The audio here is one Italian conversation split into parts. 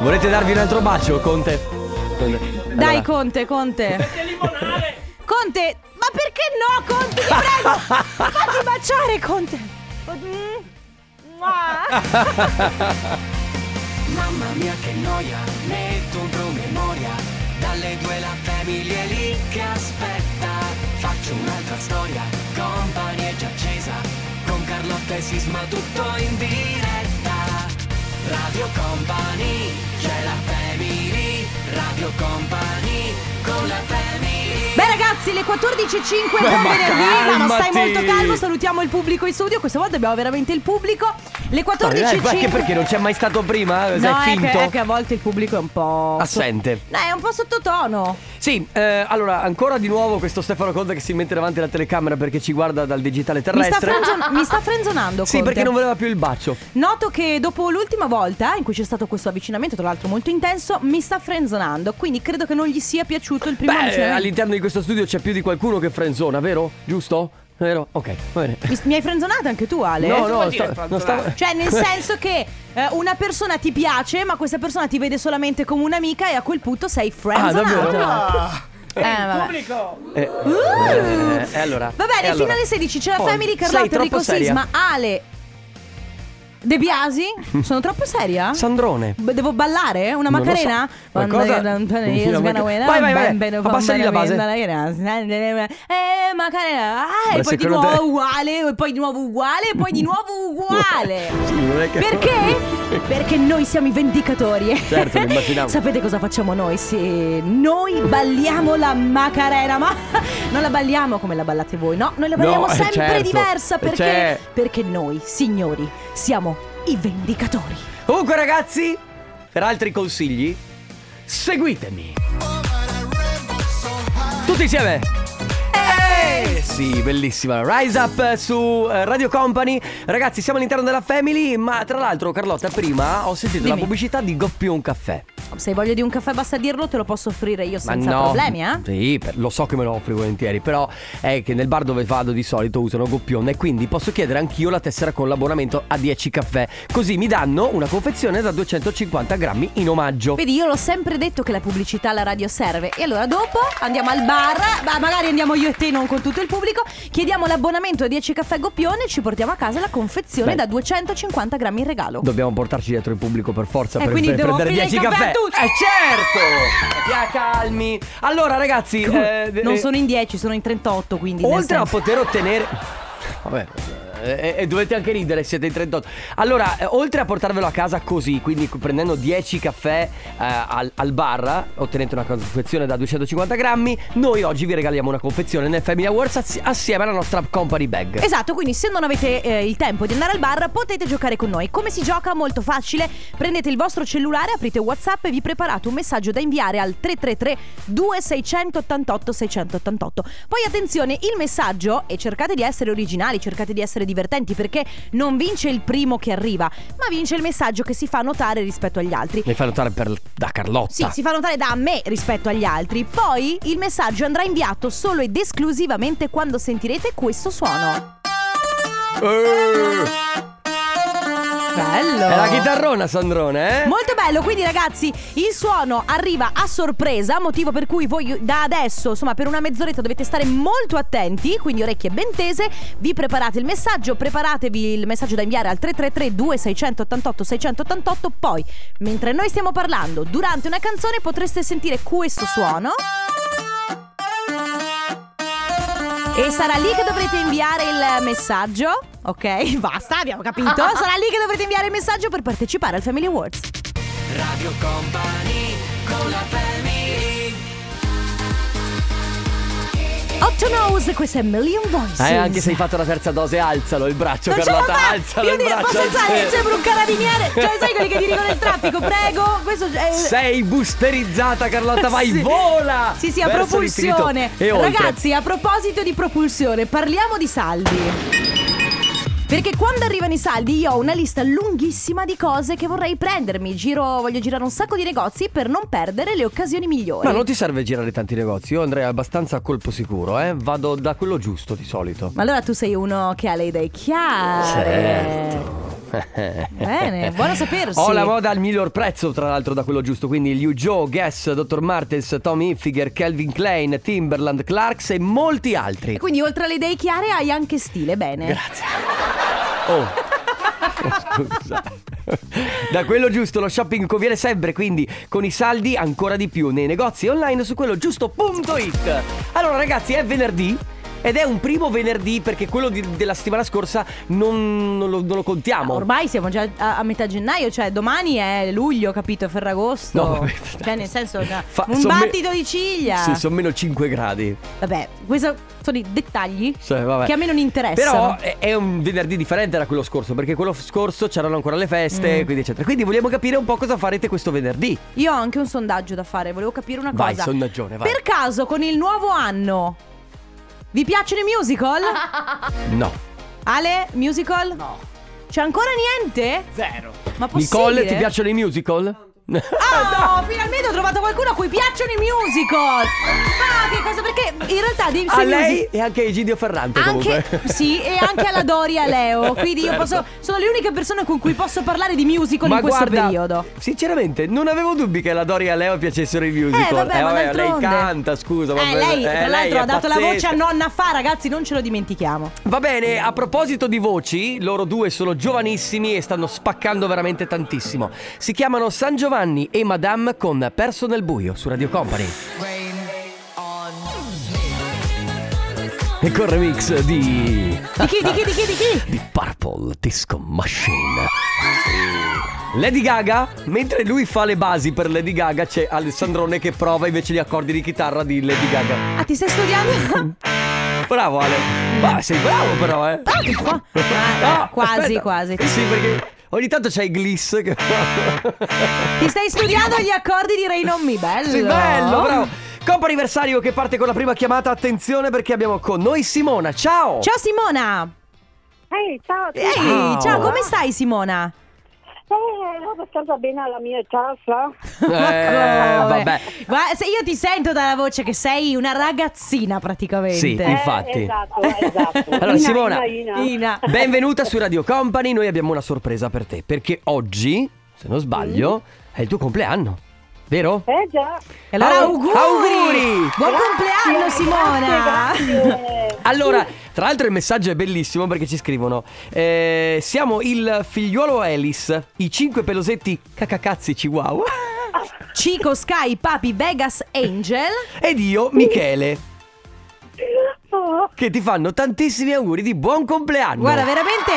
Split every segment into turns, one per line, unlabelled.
Volete darvi un altro bacio, Conte? Conte.
Dai,
Allora,
Conte, Conte. Conte, ma perché no, Conte? Ti prego, fatti baciare, Conte. Mm. Mua.
Mamma mia che noia, metto un promemoria, dalle due la famiglia è lì che aspetta. Faccio un'altra storia, company è già accesa, con Carlotta e Sisma tutto in diretta. Radio Company, c'è la family, Radio Company, con la family.
Beh, ragazzi, le 14.05 buon
ma
venerdì. Ma non stai
calmati.
molto calmo. Salutiamo il pubblico in studio. Questa volta abbiamo veramente il pubblico. Le
Ma dai, Anche
14.05.
perché non c'è mai stato prima? Sei
No, è
finto? Ah,
che, è che a volte il pubblico è un po'.
Assente.
No, è un po' sottotono.
Sì, eh, allora ancora di nuovo questo Stefano Conte che si mette davanti alla telecamera perché ci guarda dal digitale
Mi sta,
terrestre. Ah,
frenzo- mi sta frenzonando.
Sì,
Conte.
perché non voleva più il bacio.
Noto che dopo l'ultima volta eh, in cui c'è stato questo avvicinamento, tra l'altro molto intenso, mi sta frenzonando. Quindi credo che non gli sia piaciuto il primo
Beh, eh,
avvicinamento.
all'interno di questo studio c'è più di qualcuno che frenzona, vero? Giusto? Vero? Ok, va bene.
Mi, mi hai frenzonato anche tu, Ale?
No,
vuol
no,
dire
sta-
franzolare?
non stavo...
Cioè, nel senso che eh, una persona ti piace, ma questa persona ti vede solamente come un'amica e a quel punto sei
Ah, davvero?
frenzonato. Eh, vabbè.
Eh,
Cioè, Uh!
eh, eh, allora.
Va bene,
eh, allora.
fino alle 16 c'è la
Poi,
Family
sei
Carlotta,
troppo
Enrico
seria.
Sisma, Ale De Biasi. Sono troppo seria?
Sandrone.
B- Devo ballare? Una
Non lo
macarena?
so. Qualcosa- Una maca- Vai, vai, vai. Abbassa lì la base.
Eh, macarena. Ah,
Ma
e poi di
secondo
nuovo
te-
uguale, e poi di nuovo uguale, e poi di nuovo uguale.
Sì, non è che-
Perché? Perché noi siamo i vendicatori.
Certo, lo immaginavo.
Sapete cosa facciamo noi? Sì, noi balliamo la Macarena, ma non la balliamo come la ballate voi, no? Noi la
No,
balliamo
eh,
sempre
certo.
diversa
Eh,
perché,
cioè-
perché noi, signori, siamo i vendicatori.
Comunque, ragazzi, per altri consigli, seguitemi. Tutti insieme. Eh, Sì, bellissima. Rise up su eh, Radio Company. Ragazzi, siamo all'interno della Family. Ma tra l'altro, Carlotta, prima ho sentito la
Dimmi.
pubblicità di Goppion Caffè.
Se hai voglia di un caffè basta dirlo, te lo posso offrire io
Ma
senza
no.
problemi, eh?
Sì, per- lo so che me lo offri volentieri. Però è che nel bar dove vado di solito usano Goppion. E quindi posso chiedere anch'io la tessera con l'abbonamento a 10 caffè. Così mi danno una confezione da 250 grammi in omaggio.
Vedi, io l'ho sempre detto che la pubblicità alla radio serve. E allora dopo andiamo al bar, ma magari andiamo io e te, non con tutto il pubblico, chiediamo l'abbonamento a 10 caffè goppione e ci portiamo a casa la confezione
Beh.
da 250 grammi in regalo.
Dobbiamo portarci dietro il pubblico per forza
Eh,
per,
quindi
per
devo
prendere
offrire
10
il caffè
caffè.
a tutti.
Eh certo! Via calmi. Allora ragazzi, eh,
non
eh,
sono in 10, sono in 38, quindi... nel
oltre a
senso-
poter ottenere Vabbè eh, eh, dovete anche ridere, siete in 38. Allora, eh, oltre a portarvelo a casa così, quindi prendendo 10 caffè eh, al, al bar, ottenete una confezione da 250 grammi, noi oggi vi regaliamo una confezione nel Family Awards assi- assieme alla nostra company bag.
Esatto, quindi se non avete eh, il tempo di andare al bar potete giocare con noi. Come si gioca? Molto facile. Prendete il vostro cellulare, aprite WhatsApp e vi preparate un messaggio da inviare al 333 2688 688. Poi attenzione, il messaggio e cercate di essere originali, cercate di essere divertenti perché non vince il primo che arriva, ma vince il messaggio che si fa notare rispetto agli altri.
Mi fa notare per, da Carlotta.
Sì, si fa notare da me rispetto agli altri. Ppoi il messaggio andrà inviato solo ed esclusivamente quando sentirete questo suono.
Eh,
Bello!
è la chitarrona, Sandrone, eh?
Molto bello, quindi ragazzi il suono arriva a sorpresa, motivo per cui voi da adesso, insomma per una mezz'oretta dovete stare molto attenti, quindi orecchie ben tese, vi preparate il messaggio, preparatevi il messaggio da inviare al 333 2688 688, poi mentre noi stiamo parlando durante una canzone potreste sentire questo suono. E sarà lì che dovrete inviare il messaggio. Ok, basta, abbiamo capito. Sarà lì che dovrete inviare il messaggio per partecipare al Family Awards.
Radio Company, con la family.
8 Nose, questa è Million Voices.
Eh, anche se hai fatto la terza dose, alzalo il braccio,
non ce la
Carlotta.
fa.
Alzalo
Io
il
dire,
braccio.
posso alzare?
alzalo.
Sembra un carabiniere. Cioè, sai quelli che ti dicono nel traffico, prego. Questo è.
Sei boosterizzata, Carlotta, Esatto, vai,
Sì.
vola!
Sì, sì, a
verso
propulsione.
l'infinito E oltre.
Ragazzi, a proposito di propulsione, parliamo di saldi. Perché quando arrivano i saldi io ho una lista lunghissima di cose che vorrei prendermi. Giro, voglio girare un sacco di negozi per non perdere le occasioni migliori.
Ma non ti serve girare tanti negozi, io andrei abbastanza a colpo sicuro, eh. Vado da quello giusto di solito.
Ma allora tu sei uno che ha le idee chiare.
Certo.
Bene, buono sapersi.
Ho la moda al miglior prezzo, tra l'altro, da quello giusto. Quindi Liu Joe, Guess, Dr. Martens, Tommy Hilfiger, Calvin Klein, Timberland, Clarks e molti altri.
E quindi oltre alle idee chiare hai anche stile, bene.
Grazie. Oh. Scusa. Da quello giusto lo shopping conviene sempre, quindi con i saldi ancora di più nei negozi online su quello giusto.it. Allora ragazzi, è venerdì ed è un primo venerdì perché quello di- della settimana scorsa non, non lo, non lo contiamo.
Ah, Ormai siamo già a, a metà gennaio, cioè domani è luglio, capito? Ferragosto.
No, vabbè.
cioè, nel senso, cioè,
Fa-
un
son me-
battito di ciglia.
Sì, sono meno 5 gradi.
Vabbè, questi sono i dettagli
Cioè, vabbè.
che a me non interessano.
Però è- è un venerdì differente da quello scorso, perché quello scorso c'erano ancora le
Mm.
feste, quindi eccetera. Quindi vogliamo capire un po' cosa farete questo venerdì.
Io ho anche un sondaggio da fare, volevo capire una
Vai,
cosa.
sondaggione, vai.
Per caso con il nuovo anno vi piacciono i musical?
No.
Ale, musical? No. C'è ancora niente?
Zero.
Ma possibile?
Nicole, ti Ah, piacciono i musical?
Oh, finalmente ho trovato qualcuno a cui piacciono i musical. Ma che cosa? Perché in realtà devi
A
sui
lei
music-
e anche a Egidio Ferrante
Anche,
comunque.
sì, e anche alla Doria Leo. Quindi io
eh. Certo.
posso. Sono le uniche persone con cui posso parlare di musical in questo
guarda,
periodo. Eh,
Sinceramente, non avevo dubbi che alla Doria Leo piacessero i musical.
Eh, vabbè, ma
lei
d'altronde.
canta, scusa. ma-
Eh, lei,
eh,
tra l'altro,
è
ha dato la
pazzesca.
voce a nonna Fa, ragazzi, non ce lo dimentichiamo.
Va bene, a proposito di voci, loro due sono giovanissimi e stanno spaccando veramente tantissimo. Si chiamano San Giovanni e Madame con Perso nel buio su Radio Company. E con il remix di.
Di chi, di chi, di chi, di chi?
di Purple Disco Machine. Lady Gaga, mentre lui fa le basi per Lady Gaga, c'è Alessandrone che prova invece gli accordi di chitarra di Lady Gaga.
Ah, ti stai studiando?
Bravo Ale. Ma sei bravo però, eh.
Ah, che fa?
No,
Ah, quasi,
aspetta. Eh
quasi.
Sì, perché ogni tanto c'hai gliss che
Ti stai studiando gli accordi di Ray Non Mi, bello.
Sì, bello, bravo. Coppa anniversario che parte con la prima chiamata, attenzione perché abbiamo con noi Simona. Ciao!
Ciao Simona.
Ehi, ciao a tutti.
Ehi,
Ciao.
ciao. come stai Simona?
Eh, ero abbastanza bene alla mia casa.
Eh, vabbè.
Guarda, se io ti sento dalla voce che sei una ragazzina praticamente.
Sì,
Eh,
infatti.
esatto, esatto.
Allora,
Ina,
Simona.
Ina, Ina.
Ina.
Benvenuta su Radio Company, noi abbiamo una sorpresa per te, perché oggi, se non sbaglio,
Mm.
è il tuo compleanno, vero?
Eh già.
E Allora,
Au-
auguri.
auguri!
Buon compleanno
Grazie,
Simona.
grazie, grazie.
Allora, tra l'altro il messaggio è bellissimo perché ci scrivono eh, Siamo il figliuolo Elis, i cinque pelosetti cacacazzi chihuahua
Cico Sky Papi Vegas Angel.
ed io Michele
Ah.
Oh,
che ti fanno tantissimi auguri di buon compleanno
Guarda, veramente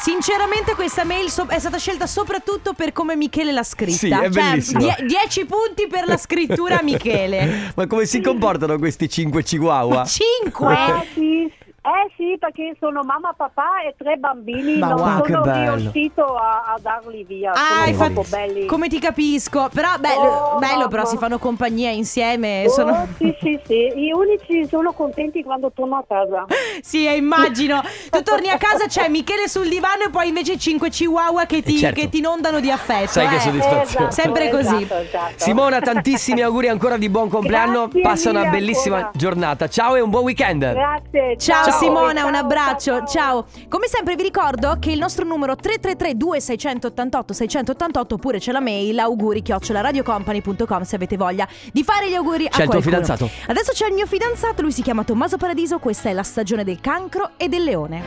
Sinceramente questa mail so- è stata scelta soprattutto per come Michele l'ha scritta.
Sì, è bellissimo.
10 punti per la scrittura a Michele.
Ma come si comportano questi cinque chihuahua?
5
eh, sì, eh sì, perché sono mamma, papà e tre bambini.
Ma
non
wow,
che
sono
bello.
riuscito a, a darli via.
Ah,
sono
hai
troppo
fatto-
belli.
Come ti capisco Però bello,
Oh,
bello,
mamma.
però si fanno compagnia insieme
Oh,
eh, sono...
sì, sì, sì. Gli unici sono contenti quando torno a casa.
Sì eh, immagino Tu torni a casa c'è Michele sul divano E poi invece 5 chihuahua che ti,
Eh, certo.
che ti inondano di affetto
Sai che
eh.
soddisfazione.
Esatto,
Sempre così.
esatto, esatto.
Simona, tantissimi auguri ancora di buon compleanno.
Grazie
Passa una
mille
bellissima
ancora.
giornata. Ciao e un buon weekend.
Grazie.
Ciao,
Ciao.
Simona, un
Ciao,
abbraccio. Ciao, Come sempre vi ricordo che il nostro numero 333 2688 688 oppure c'è la mail auguri radiocompany.com se avete voglia di fare gli auguri a
C'è il tuo
qualcuno.
fidanzato?
Adesso c'è il mio fidanzato, lui si chiama Tommaso Paradiso, questa è la stagione del cancro e del leone.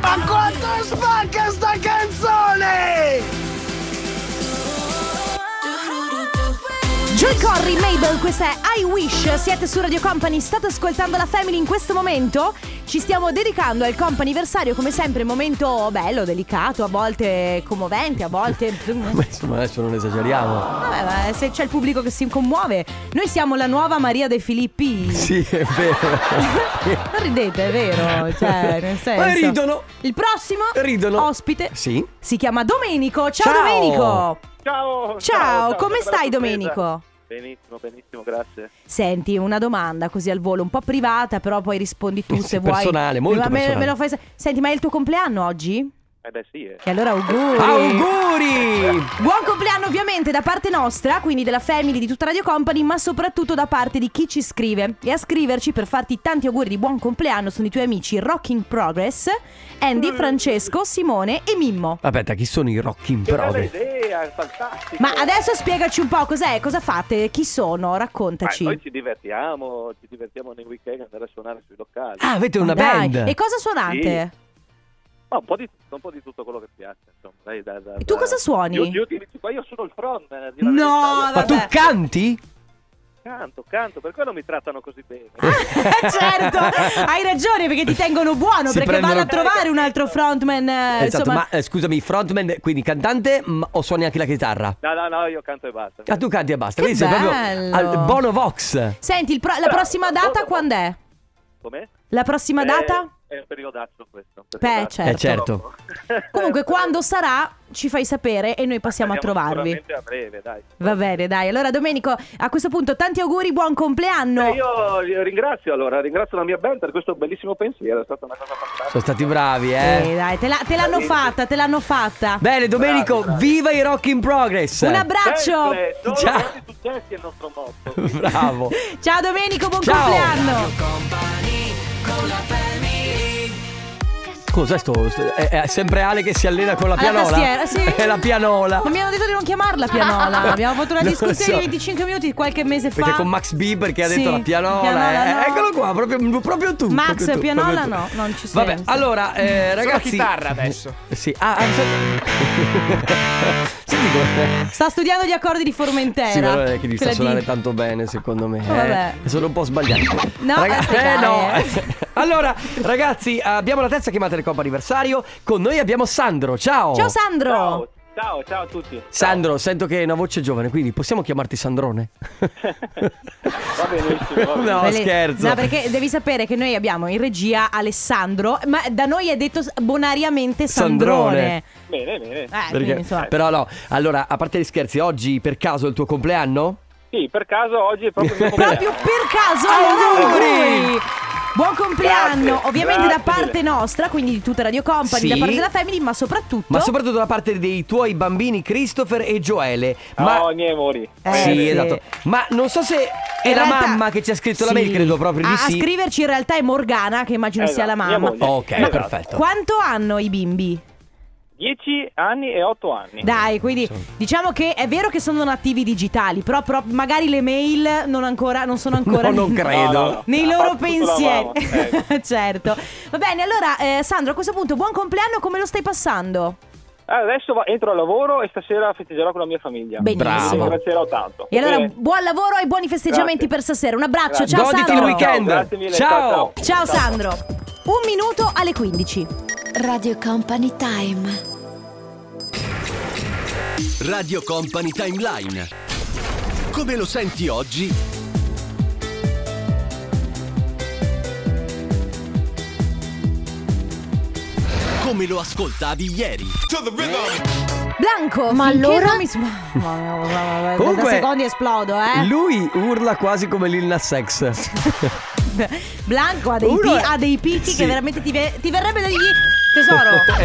Ma quanto spacca sta canzone!
Joy Corry, Mabel, questa è I Wish. Siete su Radio Company, state ascoltando la Family in questo momento. Ci stiamo dedicando al comp'anniversario, come sempre, momento bello, delicato, a volte commovente, a volte
Ma insomma, adesso non esageriamo.
Vabbè, ma se c'è il pubblico che si commuove, noi siamo la nuova Maria De Filippi.
Sì, è vero.
Non ridete, è vero? Cioè, nel senso.
Ma ridono.
Il prossimo
Ridono.
ospite
Sì.
si chiama Domenico. Ciao,
Ciao.
Domenico.
Ciao,
Ciao,
ciao,
come
che bella
stai
sorpresa.
Domenico?
Benissimo, benissimo, grazie.
Senti, una domanda così al volo, un po' privata, però poi rispondi tu
Sì,
se vuoi.
personale, molto
Ma me,
personale.
me lo fai sa- Senti, ma è il tuo compleanno oggi?
Eh beh sì, eh.
E allora auguri.
Auguri!
Buon compleanno ovviamente da parte nostra, quindi della family di tutta Radio Company, ma soprattutto da parte di chi ci scrive. E a scriverci per farti tanti auguri di buon compleanno sono i tuoi amici Rocking Progress, Andy, Francesco, Simone e Mimmo.
Aspetta, chi sono i Rocking
Che bella
Progress?
idea, fantastico.
Ma adesso spiegaci un po' cos'è, cosa fate, chi sono,
Ma
raccontaci.
noi ci divertiamo, ci divertiamo nei weekend andare a suonare sui locali.
Ah, avete una
Dai,
band?
E cosa suonate?
Ma un po' di tutto, un po' di tutto quello che piace, insomma. Dai, da- da-
E tu
da-
cosa suoni?
Io, io, ti dico, qua io sono il front. eh, di
No,
la verità. Io
Ma tu
vabbè.
canti?
Canto, canto, per quello mi trattano così bene.
Eh, certo, hai ragione perché ti tengono buono,
Si
perché
prendono-
vanno a trovare un altro frontman. eh,
esatto,
insomma,
ma eh, scusami, frontman, quindi cantante ma- o suoni anche la chitarra?
No, no, no, io canto e basta.
Ah, tu canti e basta.
Che
Quindi sei proprio
bello.
al Bono Vox.
Senti, il pro- la
Bravo,
prossima
bravo,
data
bravo.
quando è?
Com'è?
La prossima
Eh,
data?
È un periodaccio questo. un
Beh,
periodaccio.
Eh, certo.
Eh,
Comunque, quando sarà, ci fai sapere e noi passiamo a
Andiamo
trovarvi.
sicuramente a breve, dai.
Va bene, dai. Allora, Domenico, a questo punto, tanti auguri, buon compleanno.
Eh, Io li ringrazio allora, ringrazio la mia band per questo bellissimo pensiero, è stata una cosa fantastica.
Sono stati bravi, eh.
Eh, dai, te, la- te l'hanno fatta, te l'hanno fatta.
Bene, Domenico,
Bravi, bravi.
viva i Rock in Progress.
Un abbraccio.
Sempre, solo
Ciao.
grandi successi è il nostro motto.
Bravo.
Ciao, Domenico, buon
Ciao.
compleanno.
Cos'è sto? sto- è, è sempre Ale che si allena con la
Alla
pianola.
tastiera, sì.
È la pianola.
Ma mi hanno detto di non chiamarla pianola. Abbiamo avuto una
Non lo
discussione
so.
di 25 minuti qualche mese fa.
Perché con Max Bieber che ha detto
Sì,
la pianola,
pianola
eh,
no.
eccolo qua, proprio, proprio tu.
Max,
proprio tu,
pianola
proprio tu.
no, non ci sei.
Vabbè, allora eh, ragazzi. chitarra adesso. Sì, ah, ah, aspetta. Senti come.
Sta studiando gli accordi di Formentera.
Sì, ma non è che gli sta
Quella di- Oh,
suonare tanto bene, secondo me. eh.
Vabbè.
Sono un po' sbagliato.
No, aspetta,
eh, no.
eh.
allora, ragazzi, abbiamo la terza chiamata del Coppa Anniversario. Con noi abbiamo Sandro. Ciao.
Ciao, Sandro.
Ciao, ciao, ciao a tutti.
Sandro, sento che hai una voce giovane, quindi possiamo chiamarti Sandrone?
Va benissimo, va bene.
No,
Belle-
scherzo.
No, perché devi sapere che noi abbiamo in regia Alessandro, ma da noi è detto s- bonariamente
Sandrone.
Sandrone.
Bene, bene.
Eh,
Perché-
quindi, insomma.
Però no, allora, a parte gli scherzi, oggi per caso è il tuo compleanno?
Sì, per caso oggi è proprio il mio
Proprio
compleanno.
per
Ah,
caso,
Auguri!
allora auguri! Buon compleanno,
Grazie,
ovviamente
grazie
da parte nostra, quindi di tutta Radio Company,
Sì.
da parte della Family, ma soprattutto...
Ma soprattutto da parte dei tuoi bambini Christopher e Joele. Ma...
No, i miei amori.
Eh,
sì,
sì.
esatto. Ma non so se è
in
la
realtà-
mamma che ci ha scritto la
Sì. Ah,
mail, credo proprio di
a,
sì.
A scriverci in realtà è Morgana, che immagino
Esatto,
sia la
mia
mamma.
moglie.
Ok,
Esatto.
perfetto.
Quanto hanno i bimbi?
10 anni e 8 anni.
Eh, Dai, quindi diciamo che è vero che sono nativi digitali, però, però magari le mail non, ancora, non sono ancora
No, non
nei-
credo. Ah,
nei
Ha
loro
fatto tutto la mamma,
pensieri.
ecco.
eh.
certo. Va bene, allora eh, Sandro, a questo punto buon compleanno, come lo stai passando?
Adesso va- entro al lavoro e stasera festeggerò con la mia famiglia.
Benissimo.
Sì, Ringrazierò tanto.
E allora
Bene.
buon lavoro e buoni festeggiamenti
Grazie.
per stasera. Un abbraccio,
Grazie.
ciao
Goditi il
Sandro.
weekend.
Grazie mille,
Ciao.
ciao,
Ciao
ciao.
Sandro. Un minuto alle 15.
Radio Company Time.
Radio Company Timeline. Come lo senti oggi? Come lo ascoltavi ieri?
Blanco,
Ma
finché
allora?
non mi su- Mamma mia, guarda,
Comunque-
da secondi esplodo, eh.
Lui urla quasi come Lil Nas X.
Blanco ha dei,
Uno
pi-
è-
ha dei picchi
Sì.
che veramente ti, ve- ti verrebbe da dirgli tesoro.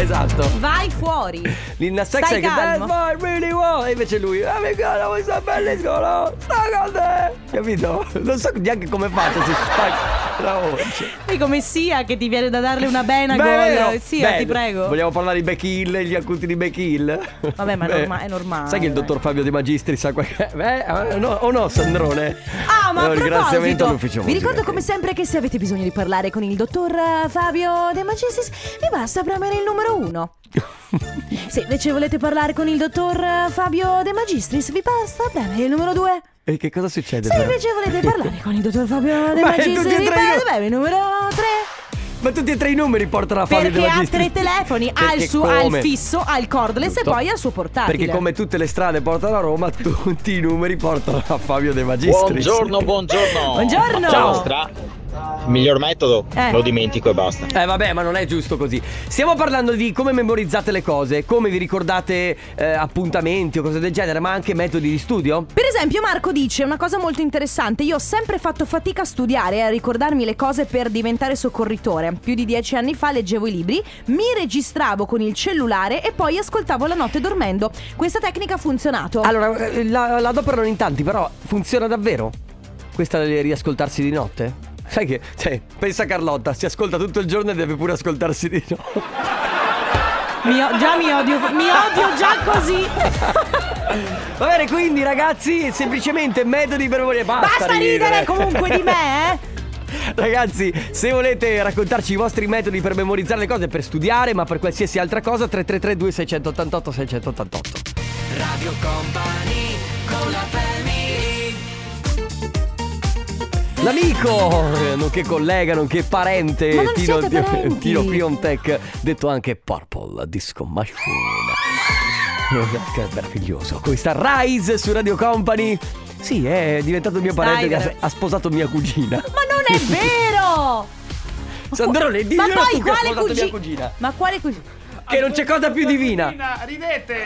esatto.
Vai fuori.
Lil Nas X
Stai
è che
calmo.
"That's what I really want", E invece lui, amica, la vuoi sapere solo? Sta con te. Capito? Non so neanche come faccio se spacco la voce.
Sì, come sia che ti viene da darle una bena
Vero.
gol. Sì,
Bello.
ti prego.
Vogliamo parlare di Beck Hill e gli acuti di Beck Hill?
Vabbè, ma è
Beh,
norma- è normale,
Sai che il
dai.
dottor Fabio De Magistri sa qualche. Beh, eh, no, o no, Sandrone?
Ah, ma
Eh,
a
un ringraziamento all'ufficio
proposito, vi
musica.
ricordo come sempre che se avete bisogno di parlare con il dottor eh, Fabio De Magistris, vi basta premere il numero uno. se invece volete parlare con il dottor eh, Fabio De Magistris, vi basta premere il numero due.
E che cosa succede?
Se
però?
invece volete parlare con il dottor Fabio De
Ma è
Magistris,
tutti e
vi
tre
basta
io.
premere il numero tre.
Ma tutti e tre i numeri portano a Fabio De
Perché ha
Magistri.
tre telefoni, ha il,
Perché
suo, ha il
come?
fisso, ha il cordless
Giusto.
e poi ha il suo portatile.
Perché come tutte le strade portano a Roma, tutti i numeri portano a Fabio De Magistri.
Buongiorno, buongiorno.
Buongiorno.
La nostra Miglior metodo,
Eh.
lo dimentico e basta.
Eh vabbè, ma non è giusto così. Stiamo parlando di come memorizzate le cose, come vi ricordate eh, appuntamenti o cose del genere, ma anche metodi di studio.
Per esempio Marco dice una cosa molto interessante, io ho sempre fatto fatica a studiare e a ricordarmi le cose per diventare soccorritore. Più di dieci anni fa leggevo i libri, mi registravo con il cellulare e poi ascoltavo la notte dormendo. Questa tecnica ha funzionato.
Allora, eh, la, la adoperano in tanti, però funziona davvero? Questa del riascoltarsi di notte? Sai che, cioè, pensa Carlotta, si ascolta tutto il giorno e deve pure ascoltarsi di notte.
Mi o- già mi odio, mi odio già così.
Va bene, quindi ragazzi, semplicemente metodi per morire. Basta,
Basta ridere comunque di me, eh.
Ragazzi, se volete raccontarci i vostri metodi per memorizzare le cose, per studiare, ma per qualsiasi altra cosa, 333 2688 688.
Radio Company con la family
L'amico, eh, nonché collega, nonché parente,
Ma non
Tino,
siete
Tino-
parenti?
Tino Piontek, detto anche Purple Disco Machine. Che meraviglioso. Questa Rise su Radio Company. Sì, è diventato mio parente che ha,
Tiger.
ha sposato mia cugina.
Ma non è vero!
Sandrone,
Ma
diglielo
poi
tu che ha
quale
sposato mia
cugi-
cugina.
Ma quale cugina?
Che non c'è cosa più divina.
Ridete!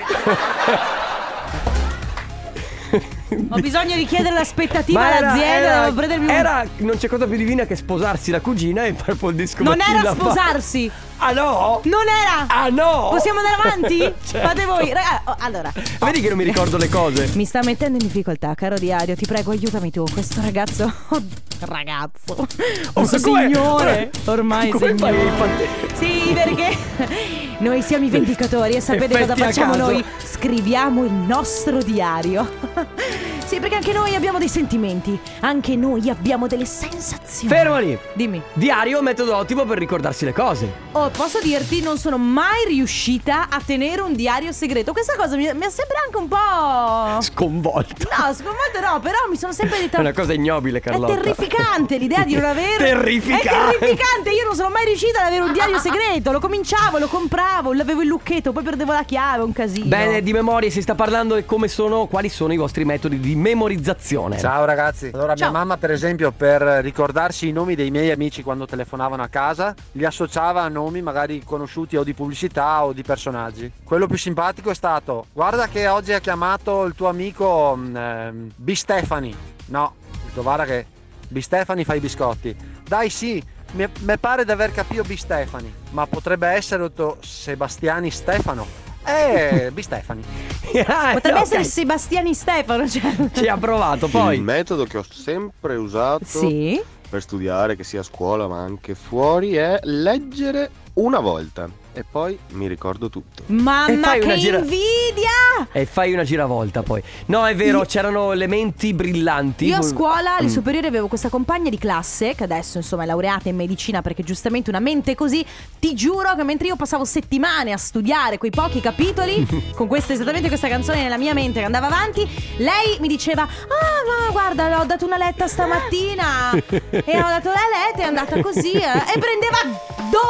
Ho bisogno di chiedere l'aspettativa all'azienda, devo prendermi un-
era- non c'è cosa più divina che sposarsi la cugina e Purple Disco
Non
Machine
era
la fa.
sposarsi!
Ah no?
Non era!
Ah no!
Possiamo andare avanti?
Certo.
Fate voi! Raga- oh, allora.
Vedi che non mi ricordo le cose.
Mi sta mettendo in difficoltà, caro diario, ti prego aiutami tu. Questo ragazzo. oh, Ragazzo. Questo
Oh, come-
signore.
come-
Ormai
come
signore.
fai a fare-
Sì, perché noi siamo i vendicatori e sapete
Effetti
cosa
a
facciamo
caso.
noi? Scriviamo il nostro diario. Sì, perché anche noi abbiamo dei sentimenti, anche noi abbiamo delle sensazioni.
Fermo lì.
Dimmi.
Diario, metodo ottimo per ricordarsi le cose.
Oh, posso dirti, non sono mai riuscita a tenere un diario segreto. Questa cosa mi, mi ha sempre anche un po'.
Sconvolto.
No, sconvolto no, però mi sono sempre detta.
È una cosa ignobile, Carlotta.
È terrificante l'idea di non avere.
Terrificante.
È terrificante. Io non sono mai riuscita ad avere un diario segreto. Lo cominciavo, lo compravo, l'avevo il lucchetto, poi perdevo la chiave, un casino.
Bene, di memoria si sta parlando e come sono, quali sono i vostri metodi di memorizzazione.
Esatto.
Ciao ragazzi, allora
Ciao.
mia mamma per esempio per ricordarsi i nomi dei miei amici quando telefonavano a casa li associava a nomi magari conosciuti o di pubblicità o di personaggi. Quello più simpatico è stato guarda che oggi ha chiamato il tuo amico mh, ehm, B. Stefani. No, ho detto guarda che B. Stefani fa i biscotti. Dai sì, mi mi pare di aver capito B. Stefani, ma potrebbe essere ho detto, Sebastiani Stefano. Eh, B. Stefani.
Ah,
Potrebbe
ok.
essere Sebastiani Stefano. Cioè...
Ci ha provato
Il
poi.
metodo che ho sempre usato
Sì.
per studiare, che sia a scuola ma anche fuori, è leggere una volta e poi mi ricordo tutto.
E
Mamma
fai una
che
gira-
invidia!
E fai una giravolta poi. No, è vero, c'erano elementi brillanti.
Io a scuola, alle superiori, avevo questa compagna di classe che adesso insomma è laureata in medicina perché giustamente una mente così, ti giuro che mentre io passavo settimane a studiare quei pochi capitoli, con questa, esattamente questa canzone nella mia mente che andava avanti, lei mi diceva, ah ma guarda, ho dato una letta stamattina e ho dato la letta e è andata così eh." e prendeva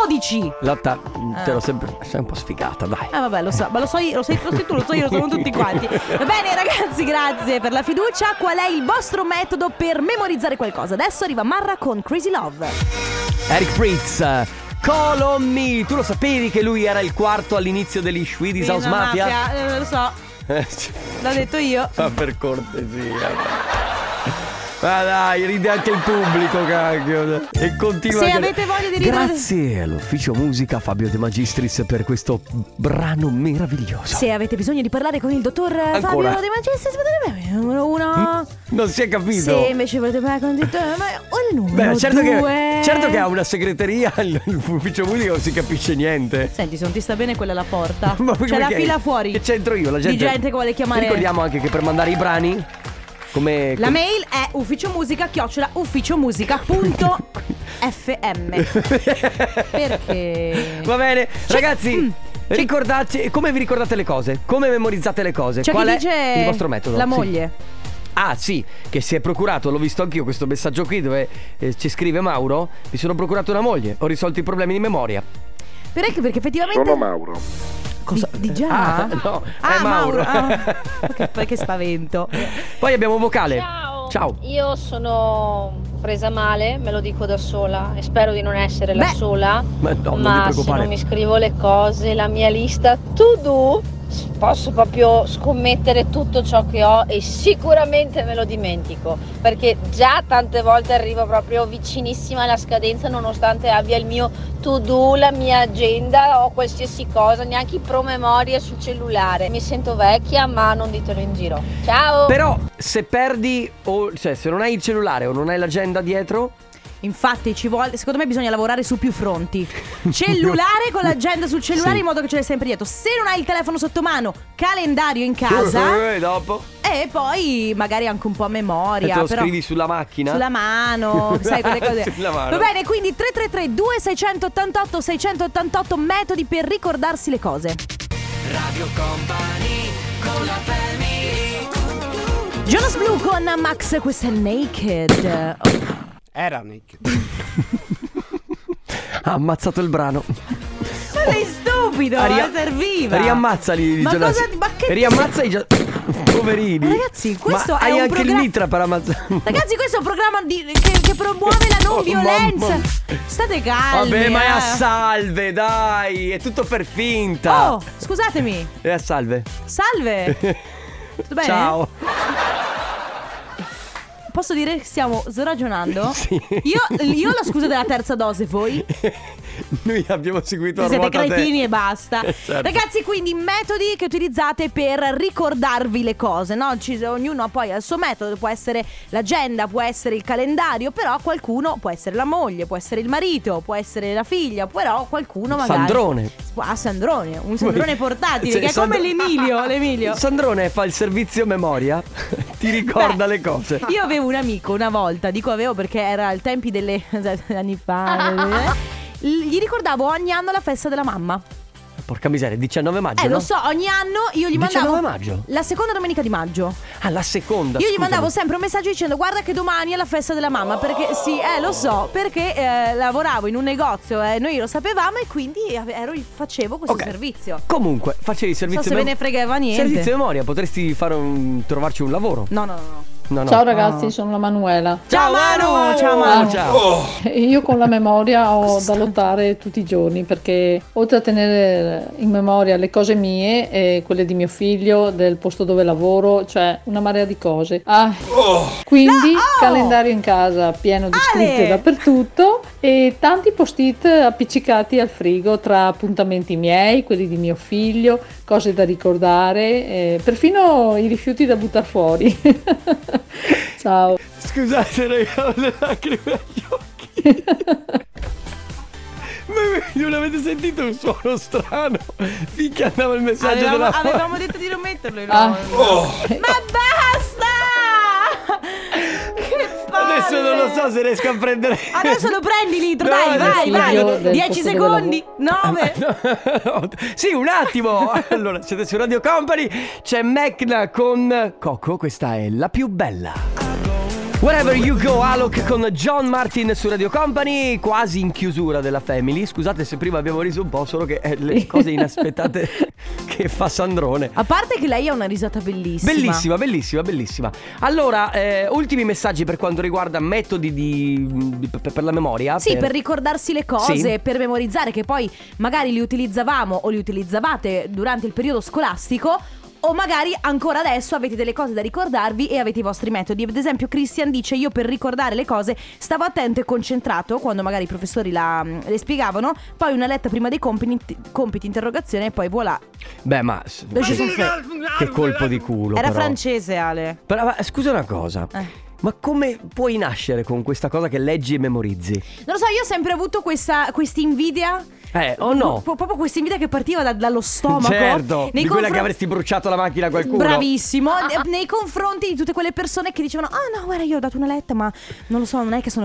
12.
Lotta, te
Ah.
l'ho sempre. Sei un po' sfigata, dai.
Ah vabbè, lo so, ma lo so io, lo sai lo sai tu, lo so io, lo sono tutti quanti. Va bene ragazzi, grazie per la fiducia. Qual è il vostro metodo per memorizzare qualcosa? Adesso arriva Marra con Crazy Love.
Eric Fritz. eh, Call on me. Tu lo sapevi che lui era il quarto all'inizio degli Swedish House Mafia?
lo so,
Eh, sì.
l'ho detto io.
Ma per cortesia. Ma dai, ride anche il pubblico, cacchio. E continua.
Se
anche-
avete voglia di ridere-
Grazie all'ufficio musica Fabio De Magistris per questo brano meraviglioso.
Se avete bisogno di parlaare con il dottor eh,
Ancora.
Fabio De Magistris, potete avere numero uno.
Mm? Non si è
Se
capito.
invece volete parlare con il dottor, ma o il numero
Beh, certo che,
due.
certo che ha una segreteria, il- l'ufficio musica non si capisce niente.
Senti, se non ti sta bene quella è la porta.
Ma perché-
C'è la
perché?
fila fuori.
Che c'entro io? La gente,
Di gente che vuole chiamare.
Ricordiamo anche che per mandare i brani, come.
La
come-
mail è ufficiomusica chiocciola ufficiomusica.fm Perché?
Va bene,
C'è-
ragazzi.
Mm.
Ricordateci come vi ricordate le cose, come memorizzate le cose,
C'è
qual
chi
è
dice
il vostro metodo?
La
Sì.
moglie.
Ah, sì, che si è procurato, l'ho visto anch'io questo messaggio qui dove eh, ci scrive Mauro, mi sono procurato una moglie, ho risolto i problemi di memoria.
Perché? ecco, Perché effettivamente...
Sono Mauro.
Cosa? Di, di già?
Ah, no, è
Ah,
Mauro.
Ah, che, che spavento.
Poi abbiamo vocale.
Ciao,
Ciao.
Io sono presa male, me lo dico da sola e spero di non essere la
Beh.
sola.
Ma no, non ti
ma se
preoccupare.
non mi scrivo le cose, la mia lista to do, posso proprio scommettere tutto ciò che ho e sicuramente me lo dimentico. Perché già tante volte arrivo proprio vicinissima alla scadenza, nonostante abbia il mio to do, la mia agenda o qualsiasi cosa, neanche i promemoria sul cellulare. Mi sento vecchia, ma non ditelo in giro. Ciao!
Però se perdi, o, cioè se non hai il cellulare o non hai l'agenda dietro,
Infatti, ci vuole, secondo me bisogna lavorare su più fronti. Cellulare con l'agenda sul cellulare
Sì.
in modo che ce l'hai sempre dietro. Se non hai il telefono sotto mano, calendario in casa.
Eh, dopo.
e poi magari anche un po' a
E
memoria.
te lo
però
scrivi sulla macchina?
Sulla mano, sai quelle cose.
Sulla mano.
Va bene, quindi 333 2688 688 metodi per ricordarsi le cose.
Radio Company con la family
Jonas Blue con Max, questa è Naked.
Oh.
Era Nick.
Ha ammazzato il brano.
Ma sei stupido,
Ah, ria-
ma serviva.
Riammazzali,
Ma
Gianassi.
cosa- ma che-
Riammazza i gia- Poverini.
Ragazzi, questo
Ma
è
hai
un
anche
programma-
il mitra per ammazzare.
Ragazzi, questo è un programma di- che, che promuove la non
Oh,
violenza.
mamma.
State calmi.
Vabbè, ma è a
eh.
salve, dai. È tutto per finta.
Oh, scusatemi.
È a salve.
Salve. Tutto bene?
Ciao.
Posso dire che stiamo sragionando?
Sì.
Io, io ho la scusa della terza dose, voi?
Noi abbiamo seguito a
siete
ruota te.
cretini e basta.
Eh, certo.
Ragazzi, quindi metodi che utilizzate per ricordarvi le cose, no? Ci- ognuno ha poi il suo metodo, può essere l'agenda, può essere il calendario, però qualcuno può essere la moglie, può essere il marito, può essere la figlia, però qualcuno magari
Sandrone.
Ah, Sandrone, un Sandrone portatile
Cioè,
che è
Sandro-
come l'Emilio, l'Emilio.
Sandrone fa il servizio memoria. Ti ricorda le cose.
Io avevo un amico una volta, dico avevo perché era ai tempi delle anni fa. eh, Gli ricordavo ogni anno la festa della mamma.
Porca miseria, 19 maggio.
Eh,
no?
lo so, ogni anno io gli
19
mandavo.
maggio?
La seconda domenica di maggio.
Ah, la seconda.
Io gli
scusami.
mandavo sempre un messaggio dicendo guarda che domani è la festa della mamma perché sì, eh lo so, perché eh, lavoravo in un negozio e noi lo sapevamo e quindi ero- facevo questo
Ok.
servizio.
Comunque, facevi il servizio
se ve
mem-
ne fregava niente.
Servizio memoria, potresti fare un... trovarci un lavoro.
No, no, no. no.
No, no.
Ciao ragazzi, sono la
Ah.
Manuela.
Ciao, Manu! Manu! Ciao, Manu! Ciao. Oh.
Io con la memoria ho da lottare tutti i giorni perché oltre a tenere in memoria le cose mie e quelle di mio figlio, del posto dove lavoro, cioè una marea di cose. Ah. Quindi
oh!
calendario in casa pieno di
Ale!
scritte dappertutto e tanti post-it appiccicati al frigo tra appuntamenti miei, quelli di mio figlio, cose da ricordare, eh, perfino i rifiuti da buttare fuori. Ciao.
Scusate, raga, ho le lacrime agli occhi. Ma non avete sentito un suono strano? Finché andava il messaggio
Avevamo,
della
avevamo detto di non metterlo in
Ah.
onda.
Oh.
Ma basta! che palle!
Adesso non lo so se riesco a prendere.
Adesso lo prendi litro,
No,
dai,
adesso-
vai,
Io
vai.
del
10
posto dove
secondi, 9.
sì, un attimo. Allora, siete su Radio Company. C'è Mecna con Coco. Questa è la più bella. Wherever you go, Alok con John Martin su Radio Company, quasi in chiusura della Family. Scusate se prima abbiamo riso un po', solo che eh, le cose inaspettate che fa Sandrone.
A parte che lei ha una risata bellissima.
Bellissima, bellissima, bellissima. Allora, eh, ultimi messaggi per quanto riguarda metodi di, di- per, per la memoria.
Sì, per... ricordarsi le cose,
Sì.
per memorizzare che poi magari li utilizzavamo o li utilizzavate durante il periodo scolastico. O magari ancora adesso avete delle cose da ricordarvi e avete i vostri metodi. Ad esempio, Christian dice: Io per ricordare le cose stavo attento e concentrato quando magari i professori la- mm, le spiegavano. Poi una letta prima dei compiti, compiti interrogazione, e poi voilà.
Beh, ma s-
Le ci sono fe-
che colpo di culo.
Era
però.
francese, Ale.
Però, ma scusa una cosa.
Eh.
Ma come puoi nascere con questa cosa che leggi e memorizzi?
Non lo so, io ho sempre avuto questa questa invidia.
Eh, o no?
Pro- Proprio questa invidia che partiva da- dallo stomaco.
certo, di quella
confron-
che avresti bruciato la macchina a qualcuno. Ah,
Bravissimo, de- nei confronti di tutte quelle persone che dicevano Ah no, guarda, io ho dato una letta, ma non lo so, non è che sono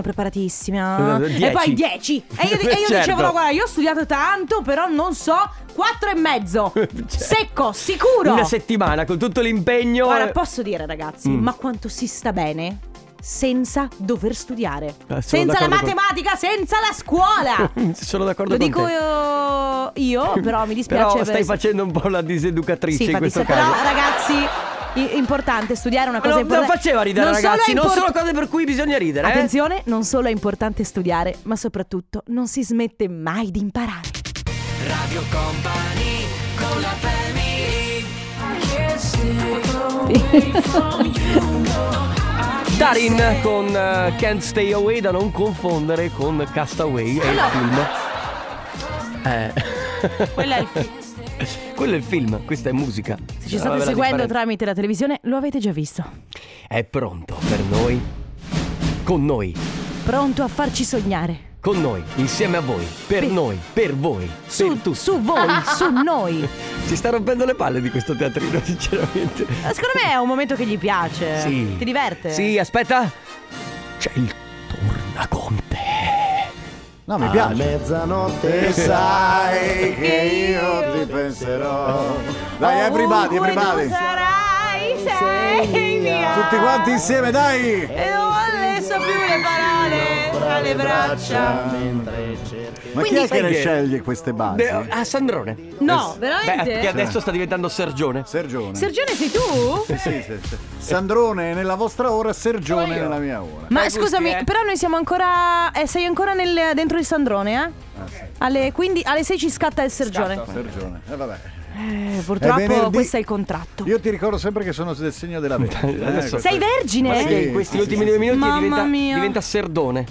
Esatto,
preparatissima
Dieci.
E poi 10 E io, di- e io
Certo.
dicevo, no, guarda, io ho studiato tanto, però non so, 4 e mezzo Secco, sicuro
Cioè, Una settimana con tutto l'impegno.
Ora
eh,
posso dire ragazzi,
Mm.
ma quanto si sta bene senza dover studiare
Eh, sono
Senza la
d'accordo con-
matematica, senza la scuola
Sono d'accordo
Lo
con
dico
te.
eh, io, però mi dispiace
Però
per-
stai facendo un po' la diseducatrice
Sì,
in
infatti,
questo
se- però
caso.
ragazzi i- importante, studiare è una
Ma
cosa
non- non
importante.
faceva ridere,
Non solo è
ragazzi, non
import-
sono cose per cui bisogna ridere, eh.
Attenzione, non solo è importante studiare, ma soprattutto non si smette mai di imparare.
Radio Company con la family.
Darin con eh, Can't Stay Away da non confondere con Castaway è il
Quello-
film. Eh.
Quello è il film.
Quello è il film, questa è musica. Eh,
Se ci
Una
state
bella
seguendo
differenza.
tramite la televisione, lo avete già visto.
È pronto per noi. Con noi,
Pronto a farci sognare.
con noi, insieme a voi, per noi, per voi, per tutti.
Su voi, su noi. Eh,
Si sta rompendo le palle di questo teatrino, sinceramente.
Secondo me è un momento che gli piace.
Sì.
Ti diverte?
Sì, aspetta. C'è il tornaconte.
No,
mi
piace.
A
mezzanotte sai che io ti penserò. Dai,
eh,
everybody,
Ovunque
everybody.
tu
sarai, sei mia.
Tutti quanti insieme, dai.
E non le so più le parole tra le braccia.
Ma
Quindi-
chi è che
Sai
le
che-
sceglie queste basi?
ah, Sandrone.
No,
Beh,
veramente?
che adesso sta diventando Sergione.
Sergione.
Sergione sei tu?
Sì, sì, sì, sì. Sandrone nella vostra ora, Sergione nella mia ora.
Ma scusami, però noi siamo ancora. eh, sei ancora nel- dentro il Sandrone, eh? Alle, 15 alle 6 ci scatta il Sergione.
Sergione. Eh, vabbè.
Eh, purtroppo
È venerdì.
questo è il contratto.
Io ti ricordo sempre che sono del segno della Ecco, vita.
Adesso-
Sei vergine?
Guarda che in
Sì,
questi
sì,
ultimi
sì,
due
Eh. sì.
minuti
Mamma
diventa,
mia.
diventa Serdone.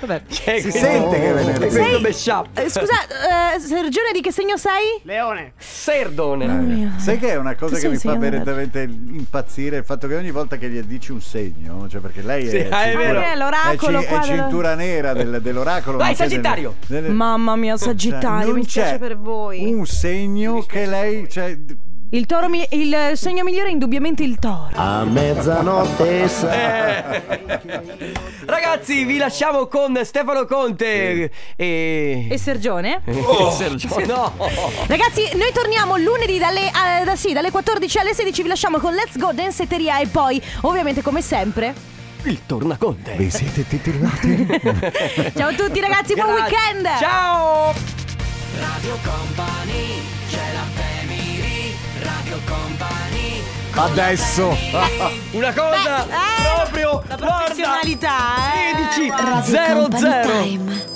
Vabbè.
Cioè,
Si
questo-
sente che è venerdì.
Questo
Sei-
mashup.
Eh, scusa, eh, Sergione, di che segno sei?
Leone. Serdone.
Eh, Sai che è una
Tu
cosa che
sei
mi fa
segno della-
veramente impazzire il fatto che ogni volta che gli dici un segno, cioè perché lei
Sì,
è,
ah, è
cintura-
vero. Eh,
l'oracolo
è, ci-
qua
è
dello-
cintura nera del- dell'oracolo.
Vai,
non c'è
Sagittario.
del- del-
Mamma mia, Sagittario,
Cioè, non
mi
c'è
piace per voi.
Un segno che lei. Cioè,
Il, toro mi- il segno migliore è indubbiamente il toro.
a mezzanotte
Ragazzi, vi lasciamo con Stefano Conte e...
E Sergione?
Oh.
e Sergione. No.
Ragazzi, noi torniamo lunedì dalle, eh, da- sì, dalle 14 alle 16. Vi lasciamo con Let's Go Danceteria e poi, ovviamente, come sempre.
Il tornaconte.
Vi siete titolati?
Ciao a tutti, ragazzi, buon
Grazie.
weekend!
Ciao!
Radio Company, c'è la family. Radio Company.
Adesso.
Una cosa
eh,
proprio
La professionalità, eh!
16
guarda.
00.
Time.